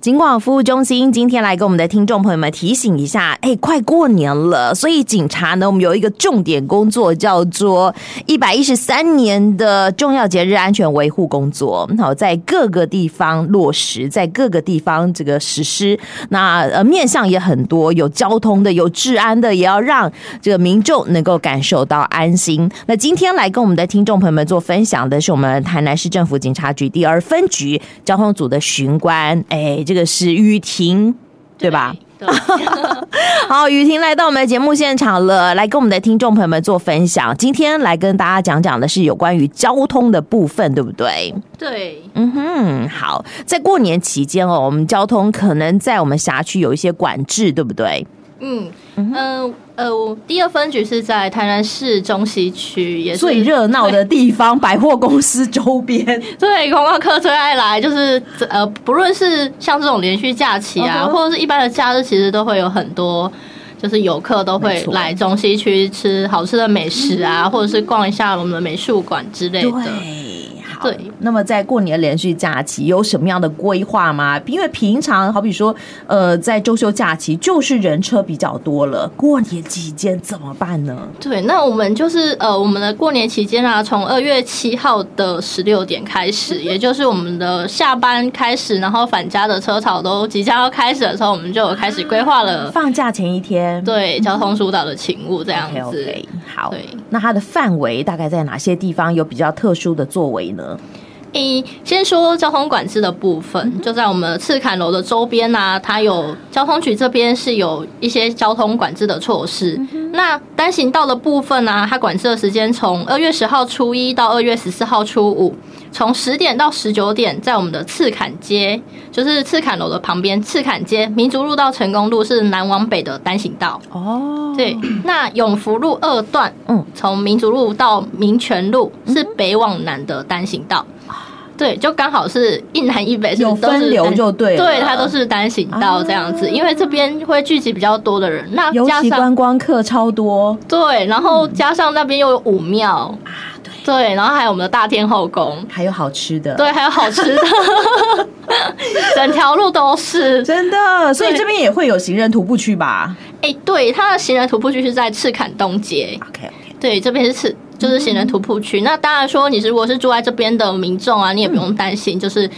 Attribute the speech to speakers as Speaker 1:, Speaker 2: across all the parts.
Speaker 1: 景广服务中心今天来跟我们的听众朋友们提醒一下，哎，快过年了，所以警察呢，我们有一个重点工作叫做一百一十三年的重要节日安全维护工作，好，在各个地方落实，在各个地方这个实施。那呃，面向也很多，有交通的，有治安的，也要让这个民众能够感受到安心。那今天来跟我们的听众朋友们做分享的是我们台南市政府警察局第二分局交通组的巡官，哎，这个是雨婷，对吧？
Speaker 2: 对？对
Speaker 1: 好，雨婷来到我们的节目现场了，来跟我们的听众朋友们做分享。今天来跟大家讲讲的是有关于交通的部分，对不对？
Speaker 2: 对，
Speaker 1: 嗯哼，好，在过年期间哦，我们交通可能在我们辖区有一些管制，对不对？
Speaker 2: 嗯，呃呃，我第二分局是在台南市中西区，也是
Speaker 1: 最热闹的地方，百货公司周 边，
Speaker 2: 对观光客最爱来，就是呃，不论是像这种连续假期啊
Speaker 1: 嗯哼
Speaker 2: 或者是一般的假日，其实都会有很多。就是游客都
Speaker 1: 没
Speaker 2: 会
Speaker 1: 错嗯
Speaker 2: 来中西区吃好吃的美食啊，或者是逛一下我们的美术馆之类的。
Speaker 1: 好
Speaker 2: 对
Speaker 1: 那么在过年连续假期有什么样的规划吗？因为平常好比说，呃，在周休假期就是人车比较多了，过年期间怎么办呢？
Speaker 2: 对，那我们就是呃，我们的过年期间啊，从二月七号的十六点开始，也就是我们的下班开始，然后返家的车潮都即将要开始的时候，我们就有开始规划了
Speaker 1: 放假前一天，
Speaker 2: 呃对交通疏导的勤务这样
Speaker 1: o k
Speaker 2: 子。
Speaker 1: OK，好
Speaker 2: 对。
Speaker 1: 那它的范围大概在哪些地方有比较特殊的作为呢？
Speaker 2: 一先说交通管制的部分，就在我们赤坎楼的周边呐、啊，它有交通局这边是有一些交通管制的措施。那单行道的部分呢、啊，它管制的时间从二月十号初一到二月十四号初五，从十点到十九点，在我们的赤坎街，就是赤坎楼的旁边，赤坎街民族路到成功路是南往北的单行道。
Speaker 1: 哦，
Speaker 2: 对，那永福路二段，
Speaker 1: 嗯
Speaker 2: 嗯，从民族路到民权路是北往南的单行道，对，就刚好是一南一北是
Speaker 1: 有
Speaker 2: 都是
Speaker 1: 分流
Speaker 2: 单
Speaker 1: 就对了啊
Speaker 2: 对，它都是单行道这样子，因为这边会聚集比较多的人，那
Speaker 1: 尤
Speaker 2: 加
Speaker 1: 其
Speaker 2: 上
Speaker 1: 观光客超多，
Speaker 2: 对，然后
Speaker 1: 嗯
Speaker 2: 加上那边又有武庙，
Speaker 1: 啊
Speaker 2: 对，然后还有我们的大天后宫，
Speaker 1: 还有好吃的，
Speaker 2: 对，还有好 吃的，整条路都是，
Speaker 1: 真的，所以
Speaker 2: 对
Speaker 1: 这边也会有行人徒步区吧
Speaker 2: 哎、对，它的行人徒步区是在赤坎东街，
Speaker 1: ？OK OK，
Speaker 2: 对，这边是赤就是行人徒步区。
Speaker 1: 嗯
Speaker 2: 那当然说，你如果是住在这边的民众啊，你也不用担心，就是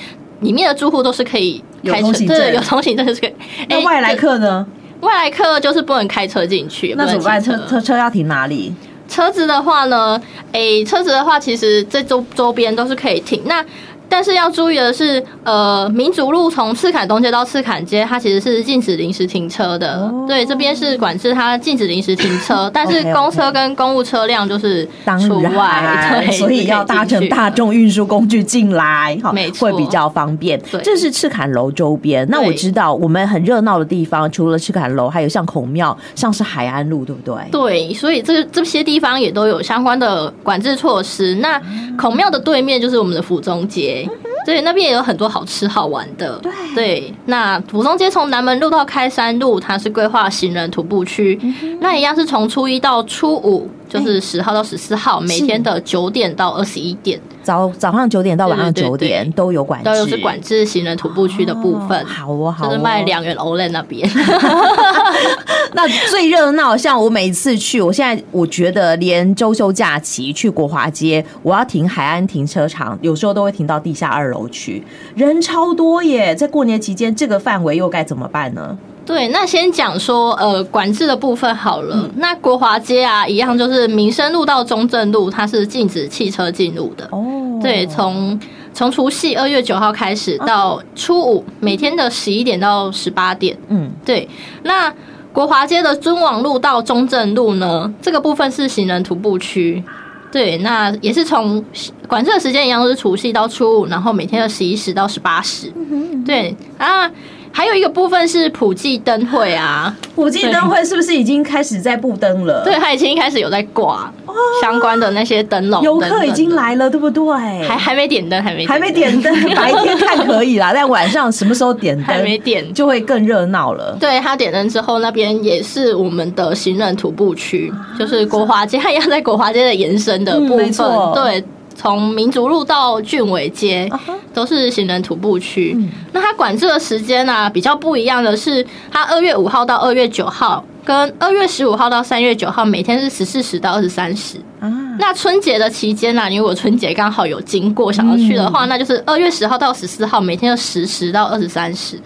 Speaker 2: 里面的住户都是可以
Speaker 1: 有
Speaker 2: 开
Speaker 1: 通
Speaker 2: 车，
Speaker 1: 行
Speaker 2: 对，
Speaker 1: 证
Speaker 2: 有通行证是可以。
Speaker 1: 那外来
Speaker 2: 就
Speaker 1: 客呢？
Speaker 2: 外来客就是不能开车进去，也不
Speaker 1: 那
Speaker 2: 能
Speaker 1: 怎么办？
Speaker 2: 骑
Speaker 1: 车车车要停哪里？
Speaker 2: 车子的话呢，诶、车子的话，其实这周周边都是可以停。那但是要注意的是，呃，民族路从赤坎东街到赤坎街，它其实是禁止临时停车的。
Speaker 1: 哦
Speaker 2: 对，这边是管制它禁止临时停车，但是
Speaker 1: OK，OK
Speaker 2: 公车跟公务车辆就是
Speaker 1: 当
Speaker 2: 除外，
Speaker 1: 然，
Speaker 2: 对，
Speaker 1: 所以要搭乘大
Speaker 2: 众。
Speaker 1: 众运输工具进来，哈，
Speaker 2: 没错
Speaker 1: 会比较方便
Speaker 2: 对。
Speaker 1: 这是赤坎楼周边。那
Speaker 2: 对
Speaker 1: 我知道我们很热闹的地方，除了赤坎楼，还有像孔庙，像是海岸路，对不对？
Speaker 2: 对，所以这这些地方也都有相关的管制措施。那
Speaker 1: 嗯
Speaker 2: 孔庙的对面就是我们的府中街，对，那边也有很多好吃好玩的。对，那府中街从南门路到开山路，它是规划行人徒步区，
Speaker 1: 嗯
Speaker 2: 那一样是从初一到初五，
Speaker 1: 哎
Speaker 2: 就是十号到十四号，每天的九点到二十一点，
Speaker 1: 早早上九点到晚上
Speaker 2: 对对
Speaker 1: 九
Speaker 2: 对
Speaker 1: 点都有管制，
Speaker 2: 都有是管制行人徒步区的部分
Speaker 1: 哦。好哦，好
Speaker 2: 就
Speaker 1: 哦，
Speaker 2: 是卖两元欧 l 那边，
Speaker 1: 那最热闹，像我每次去，我现在我觉得连周休假期去国华街，我要停海岸停车场，有时候都会停到地下二楼去，人超多耶！在过年期间，这个范围又该怎么办呢？
Speaker 2: 对，那先讲说呃管制的部分好了。那国华街啊，一样就是民生路到中正路，它是禁止汽车进入的。
Speaker 1: 哦，
Speaker 2: 对，从从除夕二月九号开始到初五，每天的十一点到十八点。
Speaker 1: 嗯，
Speaker 2: 对，那国华街的尊王路到中正路呢，这个部分是行人徒步区。对，那也是从管制的时间一样，都是除夕到初五，然后每天的十一时到十八时。对啊，还有一个部分是普济灯会啊，
Speaker 1: 普济灯会是不是已经开始在布灯了？
Speaker 2: 对，，它已经一开始有在挂相关的那些灯笼，
Speaker 1: 游客已经
Speaker 2: 等等的，
Speaker 1: 来了，对不对？
Speaker 2: 还还没点灯，还没
Speaker 1: 还没点 灯，白天看可以啦，但晚上什么时候点
Speaker 2: 还没
Speaker 1: 灯
Speaker 2: 点
Speaker 1: 就会更热闹了。
Speaker 2: 对他点灯之后，那边也是我们的行人徒步区，就是国华街，它一样在国华街的延伸的部
Speaker 1: 嗯没
Speaker 2: 分。
Speaker 1: 错
Speaker 2: 对，从民族路到俊伟街
Speaker 1: 啊哈
Speaker 2: 都是行人徒步区。那它管制的时间呢、比较不一样的是，它二月五号到二月九号，跟二月十五号到三月九号，每天是十四时到二十三时。
Speaker 1: 啊，
Speaker 2: 那春节的期间呢、啊你如果春节刚好有经过想要去的话，那就是二月十号到十四号，每天的十时到二十三时。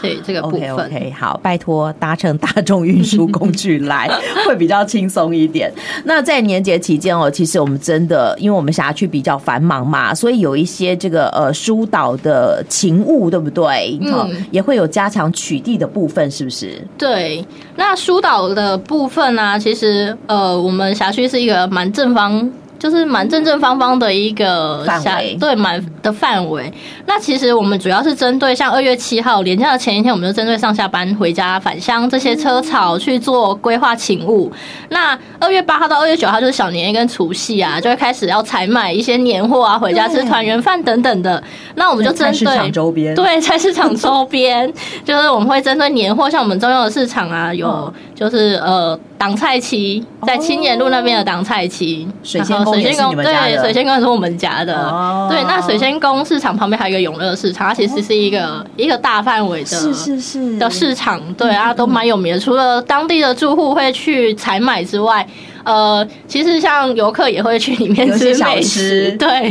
Speaker 2: 对这个部
Speaker 1: OK
Speaker 2: 分
Speaker 1: OK，好，拜托搭乘大众运输工具 来，会比较轻松一点。那在年节期间哦，其实我们真的，因为我们辖区比较繁忙嘛，所以有一些这个呃疏导的勤务，对不对？
Speaker 2: 嗯
Speaker 1: 哦也会有加强取缔的部分，是不是？
Speaker 2: 对，那疏导的部分呢、其实呃，我们辖区是一个蛮正方，就是蛮正正方方的一个
Speaker 1: 范
Speaker 2: 辖
Speaker 1: 围
Speaker 2: 对，蛮的范围。那其实我们主要是针对像二月七号连假的前一天，我们就针对上下班回家返乡这些车潮去做规划勤务。那二月八号到二月九号就是小年夜跟除夕啊，就会开始要采买一些年货啊，回家吃
Speaker 1: 对
Speaker 2: 团圆饭等等的。那我们就针
Speaker 1: 菜市
Speaker 2: 对
Speaker 1: 场周边，
Speaker 2: 对，菜市场周边就是我们会针对年货，像我们中央的市场啊，有
Speaker 1: 嗯
Speaker 2: 就是呃挡菜期，在青年路那边的
Speaker 1: 哦
Speaker 2: 挡菜期，
Speaker 1: 水
Speaker 2: 然
Speaker 1: 仙
Speaker 2: 后
Speaker 1: 宫
Speaker 2: 水
Speaker 1: 也
Speaker 2: 仙
Speaker 1: 是你
Speaker 2: 宫
Speaker 1: 们家
Speaker 2: 对
Speaker 1: 的
Speaker 2: 水仙宫也是我们家的，
Speaker 1: 哦
Speaker 2: 对，那水仙宫市场旁边还有一个永乐市场，它其实是一个、一个大范围的。
Speaker 1: 哦是是是
Speaker 2: 的市场，对啊，都蛮有名的。除了当地的住户会去采买之外，呃，其实像游客也会去里面
Speaker 1: 有一些
Speaker 2: 吃
Speaker 1: 小
Speaker 2: 美
Speaker 1: 吃
Speaker 2: 食，对，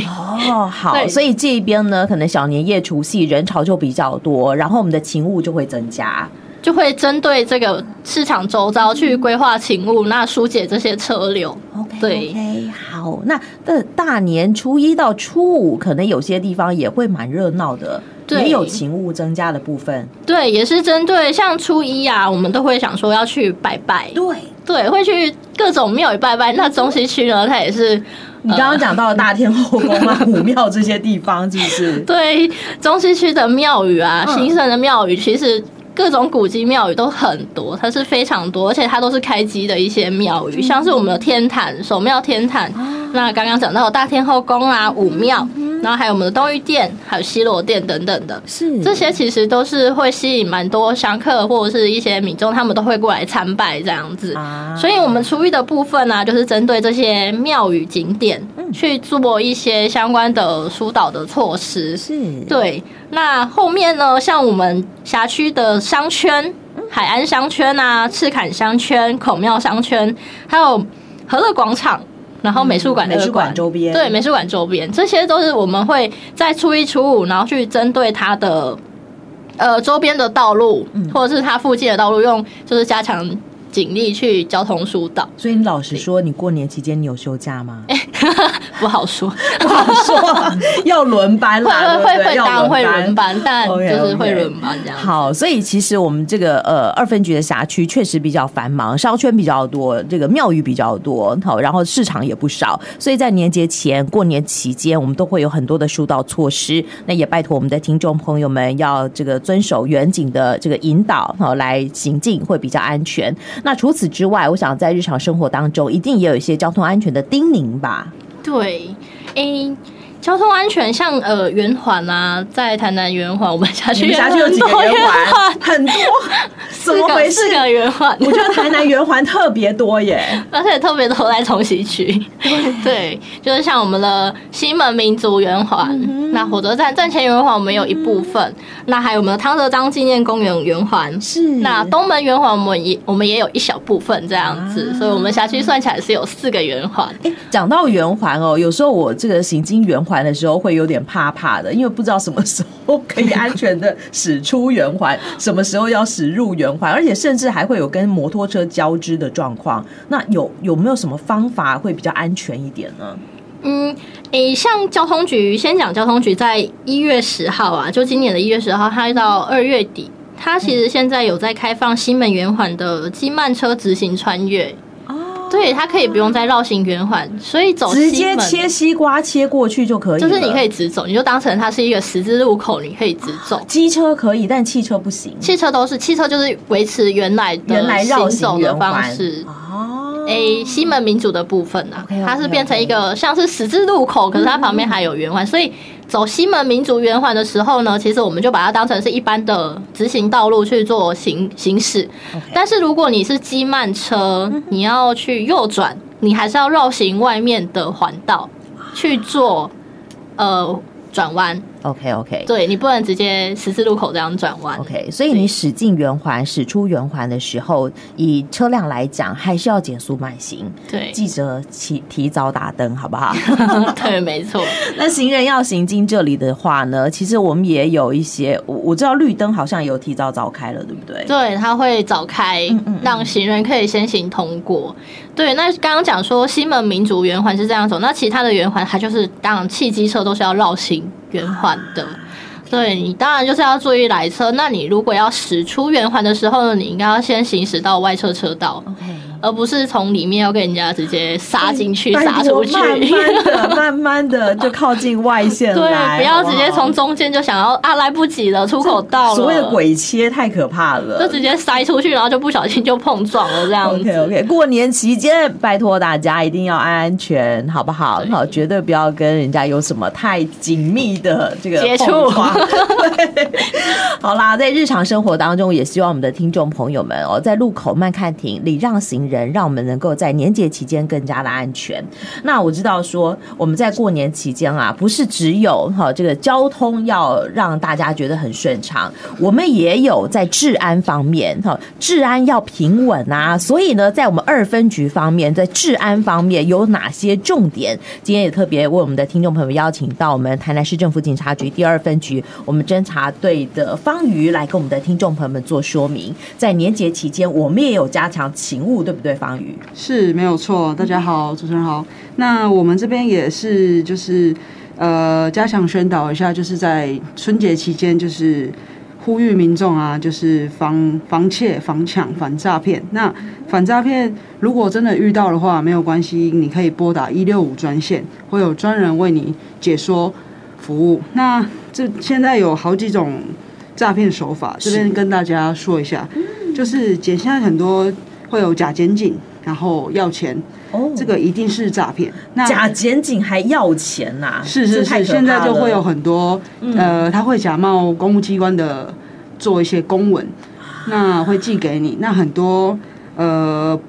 Speaker 1: 哦，好，
Speaker 2: 对
Speaker 1: 所以这一边呢，可能小年夜、除夕人潮就比较多，然后我们的勤务就会增加。
Speaker 2: 就会针对这个市场周遭去规划勤务，那疏解这些车流。
Speaker 1: OK，
Speaker 2: 对
Speaker 1: o k 好，那的大年初一到初五，可能有些地方也会蛮热闹的，
Speaker 2: 对
Speaker 1: 也有勤务增加的部分。
Speaker 2: 对，也是针对像初一啊，我们都会想说要去拜拜，
Speaker 1: 对，
Speaker 2: 对，会去各种庙宇拜拜。那中西区呢，它也是
Speaker 1: 你刚
Speaker 2: 呃
Speaker 1: 刚讲到大天后宫啊、 武庙这些地方，是不是？
Speaker 2: 对中西区的庙宇啊，
Speaker 1: 嗯
Speaker 2: 兴盛的庙宇，其实各种古迹庙宇都很多，它是非常多，而且它都是开机的一些庙宇，像是我们的天坛、守庙天坛，那刚刚讲到的大天后宫啊、武庙，然后还有我们的东御殿、还有西罗殿等等的。
Speaker 1: 是
Speaker 2: 这些其实都是会吸引蛮多香客或者是一些民众，他们都会过来参拜这样子。
Speaker 1: 啊
Speaker 2: 所以，我们初一的部分呢、啊就是针对这些庙宇景点、
Speaker 1: 嗯
Speaker 2: 去做一些相关的疏导的措施。
Speaker 1: 是，
Speaker 2: 对，那后面呢，像我们辖区的商圈，
Speaker 1: 嗯
Speaker 2: 海岸商圈啊、赤坎商圈、孔庙商圈，还有和乐广场。然后美术馆、
Speaker 1: 嗯美术馆周边
Speaker 2: 对美术馆周边，这些都是我们会在初一、初五，然后去针对它的呃周边的道路，
Speaker 1: 嗯
Speaker 2: 或者是它附近的道路，用就是加强警力去交通疏导，
Speaker 1: 所以你老实说，你过年期间你有休假吗？
Speaker 2: 哎不好 说。
Speaker 1: 不好说， 要轮班
Speaker 2: 会
Speaker 1: 啦，
Speaker 2: 会
Speaker 1: 对不
Speaker 2: 会
Speaker 1: 对
Speaker 2: 会，当然会轮。班，但就
Speaker 1: OK，OK
Speaker 2: 是会轮班这样
Speaker 1: 要
Speaker 2: 子。
Speaker 1: 好，所以其实我们这个呃二分局的辖区确实比较繁忙，商圈比较多，这个庙宇比较多，好，然后市场也不少，所以在年节前、过年期间，我们都会有很多的疏导措施。那也拜托我们的听众朋友们要这个遵守远景的这个引导，好来行进会比较安全。那除此之外，我想在日常生活当中，一定也有一些交通安全的叮咛 吧？
Speaker 2: 对，诶、交通安全像呃圆环啊，在台南圆环，我们辖
Speaker 1: 你
Speaker 2: 区
Speaker 1: 们辖区有几个圆环？啊 很多，怎
Speaker 2: 四
Speaker 1: 么回
Speaker 2: 个
Speaker 1: 事？
Speaker 2: 四个圆环，
Speaker 1: 我觉得台南圆环特别多耶。
Speaker 2: 而且特别都在重西区。对，就是像我们的西门民族圆环，那火车站站前圆环我们有一部分，那还有我们的汤德章纪念公园圆环。
Speaker 1: 是
Speaker 2: 那东门圆环，我们也我们也有一小部分这样子，所以我们辖区算起来是有四个圆环。
Speaker 1: 哎，讲到圆环哦，有时候我这个行经圆环的时候会有点怕怕的，因为不知道什么时候可以安全的驶出圆环， 什么时候要驶入圆环，而且甚至还会有跟摩托车交织的状况。那有有没有什么方法会比较安全一点呢？
Speaker 2: 嗯，诶，像交通局，先讲交通局，在一月十号啊，就今年的一月十号，它到二月底，它其实现在有在开放西门圆环的机慢车直行穿越，
Speaker 1: 哦，
Speaker 2: 对，它可以不用再绕行圆环，所以走
Speaker 1: 直
Speaker 2: 哦西
Speaker 1: 接
Speaker 2: 门
Speaker 1: 切西瓜切过去就可以
Speaker 2: 就
Speaker 1: 了，
Speaker 2: 是你可以直走，你就当成它是一个十字路口，你可以直走。
Speaker 1: 机车可以，但汽车不行。
Speaker 2: 汽车都是汽车，就是维持原来
Speaker 1: 原来
Speaker 2: 的
Speaker 1: 绕
Speaker 2: 行
Speaker 1: 行
Speaker 2: 走
Speaker 1: 圆
Speaker 2: 的
Speaker 1: 环
Speaker 2: 方式。
Speaker 1: 哦，
Speaker 2: 诶，西门民主的部分啊
Speaker 1: OK，OK，OK
Speaker 2: 它是变成一个像是十字路口，可是它旁边还有圆环，所以走西门民主圆环的时候呢，其实我们就把它当成是一般的直行道路去做行行驶。
Speaker 1: OK 嗯
Speaker 2: 但是如果你是机慢车，你要去右转，你还是要绕行外面的环道。去做呃转弯，
Speaker 1: OK OK
Speaker 2: 对你不能直接十字路口这样转弯。
Speaker 1: OK，所以你驶进圆环、驶出圆环的时候，以车辆来讲，还是要减速慢行。
Speaker 2: 对
Speaker 1: 记者提提早打灯，好不 好？
Speaker 2: 对，没错，
Speaker 1: 那行人要行经这里的话呢，其实我们也有一些，我我知道绿灯好像有提早早开了，对不对？
Speaker 2: 对，他会早开，
Speaker 1: 嗯
Speaker 2: 让行人可以先行通过。对，那刚刚讲说西门民族圆环是这样走，那其他的圆环它就是当然汽机车都是要绕行圆环的。
Speaker 1: 啊
Speaker 2: 对你当然就是要注意来车。那你如果要驶出圆环的时候呢，你应该要先行驶到外侧车道，
Speaker 1: OK。
Speaker 2: 而不是从里面要跟人家直接杀进去、杀
Speaker 1: 拜
Speaker 2: 出
Speaker 1: 托
Speaker 2: 去。
Speaker 1: 慢慢的、慢慢的就靠近外线来，
Speaker 2: 对，不要直接
Speaker 1: 好
Speaker 2: 从
Speaker 1: 不
Speaker 2: 中间就想要啊，来不及了，出口到
Speaker 1: 好
Speaker 2: 了，
Speaker 1: 所谓的鬼切太可怕
Speaker 2: 就
Speaker 1: 了。
Speaker 2: 直接塞出去，然后就不小心就碰撞了这样子。
Speaker 1: OK OK，过年期间拜托大家一定要安安全，好不好？好，绝对不要跟人家有什么太紧密的这个
Speaker 2: 接触
Speaker 1: 碰撞 对，好啦，在日常生活当中，也希望我们的听众朋友们哦，在路口慢看停，礼让行人，让我们能够在年节期间更加的安全。那我知道说，我们在过年期间啊，不是只有哈、这个交通要让大家觉得很顺畅，我们也有在治安方面哈、治安要平稳啊。所以呢，在我们二分局方面，在治安方面有哪些重点？今天也特别为我们的听众朋友邀请到我们台南市政府警察局第二分局我们侦查队的方瑜来跟我们的听众朋友们做说明。在年节期间，我们也有加强勤务，对不对，方瑜？
Speaker 3: 是没有错。大家好，主持人好。那我们这边也是就是呃，加强宣导一下，就是在春节期间，就是呼吁民众啊，就是防防窃、防抢、反诈骗。那反诈骗如果真的遇到的话，没有关系，你可以拨打一六五专线，会有专人为你解说服务。那这现在有好几种诈骗手法，这边跟大家说一下，就是简现在很多会有假检警，然后要钱，
Speaker 1: 哦
Speaker 3: 这个一定是诈骗。那
Speaker 1: 假检警还要钱呐、
Speaker 3: 是是
Speaker 1: 这太
Speaker 3: 是，
Speaker 1: 可怕
Speaker 3: 现在就会有
Speaker 1: 了嗯
Speaker 3: 很多、呃，他会假冒公务机关的做一些公文，那会寄给你。那很多呃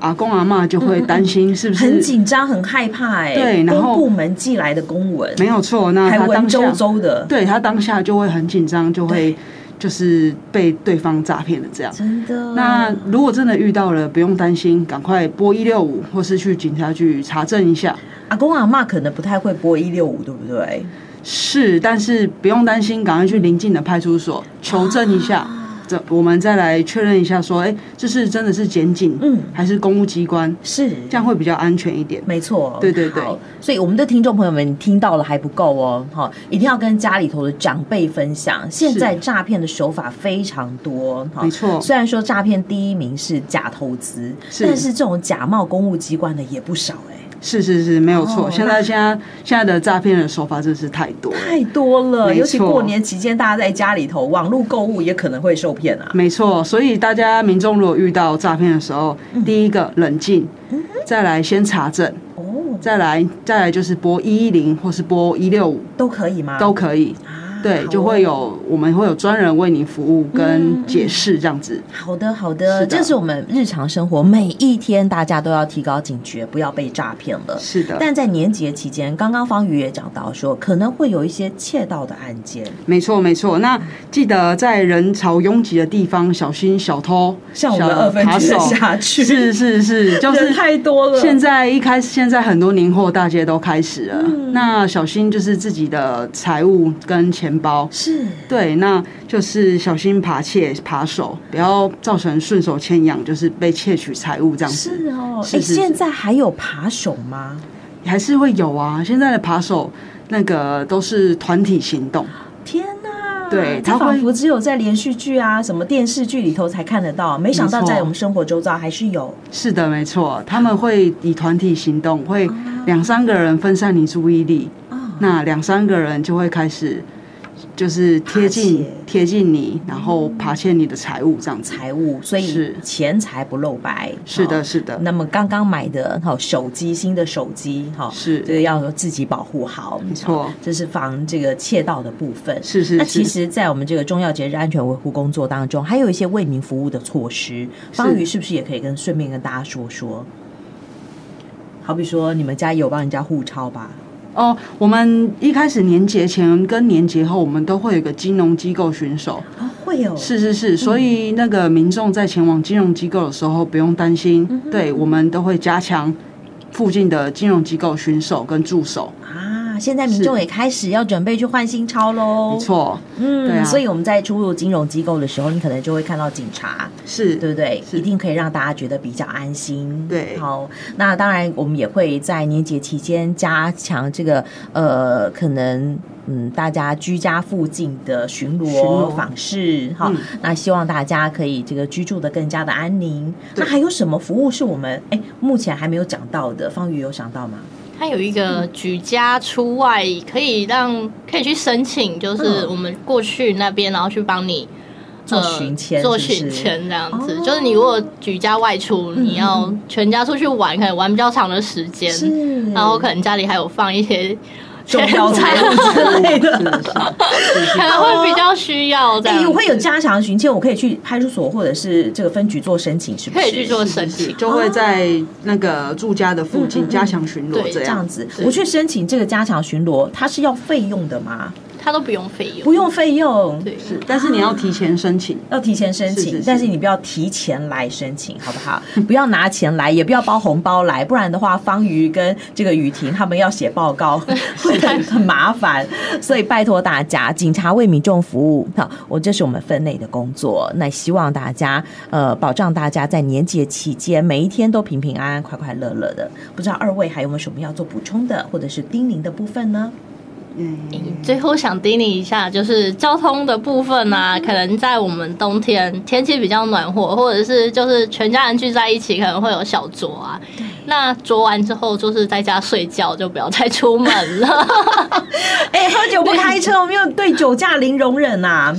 Speaker 3: 阿公阿嬷就会担心是不是、
Speaker 1: 嗯很紧张、很害怕哎、
Speaker 3: 对然后
Speaker 1: 公部门寄来的公文，
Speaker 3: 没有错，那
Speaker 1: 还
Speaker 3: 他
Speaker 1: 文
Speaker 3: 当
Speaker 1: 绉
Speaker 3: 下
Speaker 1: 绉的，
Speaker 3: 对他当下就会很紧张，就会就是被对方诈骗了这样。
Speaker 1: 真的。
Speaker 3: 那如果真的遇到了，不用担心，赶快拨一六五，或是去警察局查证一下。
Speaker 1: 阿公阿妈可能不太会拨一六五，对不对？
Speaker 3: 是，但是不用担心，赶快去邻近的派出所求证一下。
Speaker 1: 啊
Speaker 3: 这我们再来确认一下，说，哎、这是真的是检警，
Speaker 1: 嗯
Speaker 3: 还是公务机关？
Speaker 1: 是，
Speaker 3: 这样会比较安全一点。
Speaker 1: 没错，
Speaker 3: 对对对
Speaker 1: 好。所以我们的听众朋友们，你听到了还不够哦，哈，一定要跟家里头的长辈分享。现在诈骗的手法非常多，哈
Speaker 3: 没错
Speaker 1: 虽然说诈骗第一名是假投资，
Speaker 3: 是
Speaker 1: 但是这种假冒公务机关的也不少哎、
Speaker 3: 是是是，没有错。
Speaker 1: 哦
Speaker 3: 现在现在现在的诈骗的手法真是太多了。
Speaker 1: 太多了，
Speaker 3: 没
Speaker 1: 尤其
Speaker 3: 错
Speaker 1: 过年期间，大家在家里头网络购物也可能会受骗啊。
Speaker 3: 没错，所以大家民众如果遇到诈骗的时候，
Speaker 1: 嗯
Speaker 3: 第一个冷静，再来先查证，
Speaker 1: 哦，
Speaker 3: 再来再来就是拨一一零或是拨一六五
Speaker 1: 都可以吗？
Speaker 3: 都可以。
Speaker 1: 啊
Speaker 3: 对，就会。有我们会有专人为你服务
Speaker 1: 嗯
Speaker 3: 跟解释这样子。
Speaker 1: 好的，好的，
Speaker 3: 是的
Speaker 1: 这是我们日常生活每一天大家都要提高警觉，不要被诈骗了。
Speaker 3: 是的，
Speaker 1: 但在年节期间，刚刚方宇也讲到说，可能会有一些窃盗的案件，
Speaker 3: 没错没错。那记得在人潮拥挤的地方小心小偷，
Speaker 1: 像我们
Speaker 3: 小
Speaker 1: 二分
Speaker 3: 扒
Speaker 1: 局的
Speaker 3: 手
Speaker 1: 辖区，
Speaker 3: 是 是是，就
Speaker 1: 人
Speaker 3: 是
Speaker 1: 太多了。
Speaker 3: 现在一开始，现在很多年货大街都开始了，
Speaker 1: 嗯
Speaker 3: 那小心就是自己的财物跟钱包。
Speaker 1: 是
Speaker 3: 对，那就是小心扒窃、扒手，不要造成顺手牵羊，就是被窃取财物这样子。
Speaker 1: 是哦，
Speaker 3: 是
Speaker 1: 诶
Speaker 3: 是是
Speaker 1: 现在还有扒手吗？
Speaker 3: 还是会有啊。现在的扒手那个都是团体行动，
Speaker 1: 天呐，
Speaker 3: 对
Speaker 1: 这
Speaker 3: 他会
Speaker 1: 仿佛只有在连续剧啊、什么电视剧里头才看得到，没想到
Speaker 3: 没错
Speaker 1: 在我们生活周遭还是有。
Speaker 3: 是的，没错，他们会以团体行动，会
Speaker 1: 哦
Speaker 3: 两三个人分散你注意力，那两三个人就会开始。就是贴
Speaker 1: 扒
Speaker 3: 近
Speaker 1: 窃
Speaker 3: 贴近你，然后扒窃你的财物这样子。
Speaker 1: 财务，所以
Speaker 3: 是
Speaker 1: 钱财不露白。
Speaker 3: 是的
Speaker 1: 嗯哦
Speaker 3: 是的
Speaker 1: 那么刚刚买的哈手机，新的手机哈，
Speaker 3: 是
Speaker 1: 这个要自己保护好，没
Speaker 3: 错
Speaker 1: 这是防这个窃盗的部分。
Speaker 3: 是是
Speaker 1: 那
Speaker 3: 是
Speaker 1: 其实，在我们这个重要节日安全维护工作当中，还有一些为民服务的措施。方宇是不是也可以跟顺便跟大家说说？好比说，你们家有帮人家互抄吧？
Speaker 3: 哦，我们一开始年节前跟年节后，我们都会有一个金融机构巡守。
Speaker 1: 哦，会哦，
Speaker 3: 是是是，所以那个民众在前往金融机构的时候不用担心，对我们都会加强附近的金融机构巡守跟驻守。
Speaker 1: 啊，现在民众
Speaker 3: 是
Speaker 1: 也开始要准备去换新钞喽
Speaker 3: 没。错，
Speaker 1: 嗯，
Speaker 3: 对啊
Speaker 1: 所以我们在出入金融机构的时候，你可能就会看到警察，
Speaker 3: 是
Speaker 1: 对不对？
Speaker 3: 是
Speaker 1: 一定可以让大家觉得比较安心。
Speaker 3: 对
Speaker 1: 好，那当然我们也会在年节期间加强这个呃，可能嗯，大家居家附近的巡
Speaker 3: 巡
Speaker 1: 逻
Speaker 3: 逻
Speaker 1: 访视。好，
Speaker 3: 嗯
Speaker 1: 那希望大家可以这个居住的更加的安宁。那
Speaker 3: 对
Speaker 1: 还有什么服务是我们哎目前还没有讲到的？方宇有想到吗？
Speaker 2: 它有一个举家出外，可以让可以去申请，就是
Speaker 1: 嗯
Speaker 2: 我们过去那边，然后去帮你
Speaker 1: 做巡签
Speaker 2: 呃做
Speaker 1: 是不是嗯
Speaker 2: 巡签这样子。
Speaker 1: 哦
Speaker 2: 就是你如果举家外出，你要全家出去玩，可能玩比较长的时间，
Speaker 1: 是
Speaker 2: 然后可能家里还有放一些，
Speaker 1: 重要
Speaker 2: 钱
Speaker 1: 财
Speaker 2: 财
Speaker 1: 务之类 的。
Speaker 3: 是是是
Speaker 2: 可能 会比较需要这
Speaker 1: 哎、
Speaker 2: 样子。
Speaker 1: 我会有加强巡签，我可以去派出所或者是这个分局做申请，是不是？
Speaker 2: 可以去做
Speaker 3: 是
Speaker 2: 申
Speaker 3: 是是，
Speaker 2: 请，
Speaker 3: 就会在那个住家的附
Speaker 1: 嗯嗯
Speaker 3: 近
Speaker 1: 嗯
Speaker 3: 加强巡逻
Speaker 2: 对
Speaker 3: 这
Speaker 1: 这
Speaker 3: 样
Speaker 1: 样。子，我去申请这个加强巡逻，它是要费用的吗？
Speaker 2: 它都不用费用。
Speaker 1: 不用费用，
Speaker 2: 对，
Speaker 3: 是，但是你要提前申请。
Speaker 1: 要提前申请，
Speaker 3: 是是是
Speaker 1: 但是你不要提前来申请，好不好？ 不要拿钱来，也不要包红包来，不然的话，方瑜跟这个雨婷他们要写报 告，会很很麻烦。所以拜托大家，警察为民众服务，好，我这是我们分内的工作。那希望大家呃，保障大家在年节期间每一天都平平安安、快快乐乐的。不知道二位还有没有什么要做补充的，或者是叮咛的部分呢？
Speaker 3: 嗯，
Speaker 2: 最后想叮咛一下，就是交通的部分啊，可能在我们冬天天气比较暖和，或者是就是全家人聚在一起，可能会有小酌啊。那酌完之后，就是在家睡觉，就不要再出门了。
Speaker 1: 哎、喝酒不开车，我们要对酒驾零容忍啊！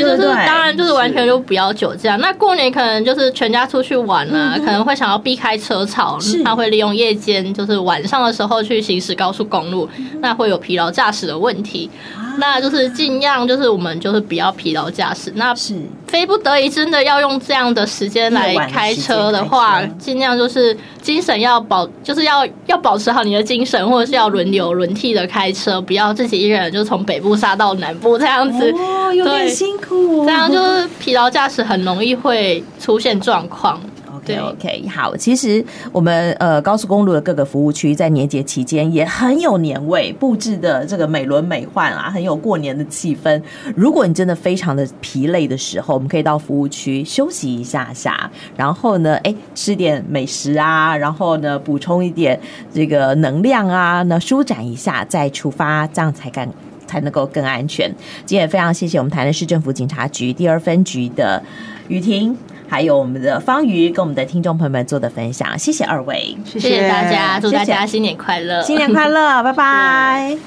Speaker 1: 对
Speaker 2: 就
Speaker 1: 不
Speaker 2: 是
Speaker 1: 对
Speaker 2: 当然就是完全就不要酒驾。那过年可能就是全家出去玩啊，可能会想要避开车潮
Speaker 1: 是，
Speaker 2: 他会利用夜间，就是晚上的时候去行驶高速公路，那会有疲劳驾驶的问题。那就是尽量就是我们就是不要疲劳驾驶。那
Speaker 1: 是
Speaker 2: 非不得已真的要用这样的时间来开车的
Speaker 1: 夜晚
Speaker 2: 话
Speaker 1: 的时间开车，
Speaker 2: 尽量就是精神要保，就是要要保持好你的精神，或者是要轮流轮替的开车，不要自己一人就从北部杀到南部这样子。
Speaker 1: 哦，有点
Speaker 2: 对
Speaker 1: 辛苦，哦
Speaker 2: 这样就是疲劳驾驶很容易会出现状况。
Speaker 1: OK
Speaker 2: 对
Speaker 1: OK 好，其实我们呃高速公路的各个服务区在年节期间也很有年味，布置的这个美轮美奂啊，很有过年的气氛。如果你真的非常的疲累的时候，我们可以到服务区休息一下下，然后呢，哎，吃点美食啊，然后呢补充一点这个能量啊，那舒展一下再出发，这样才敢。才能够更安全。今天也非常谢谢我们台南市政府警察局第二分局的雨婷，还有我们的方瑜跟我们的听众朋友们做的分享，谢谢二位，
Speaker 3: 谢
Speaker 2: 谢谢大家，祝大
Speaker 1: 谢谢
Speaker 2: 家新年快乐！
Speaker 1: 新年快乐，拜拜。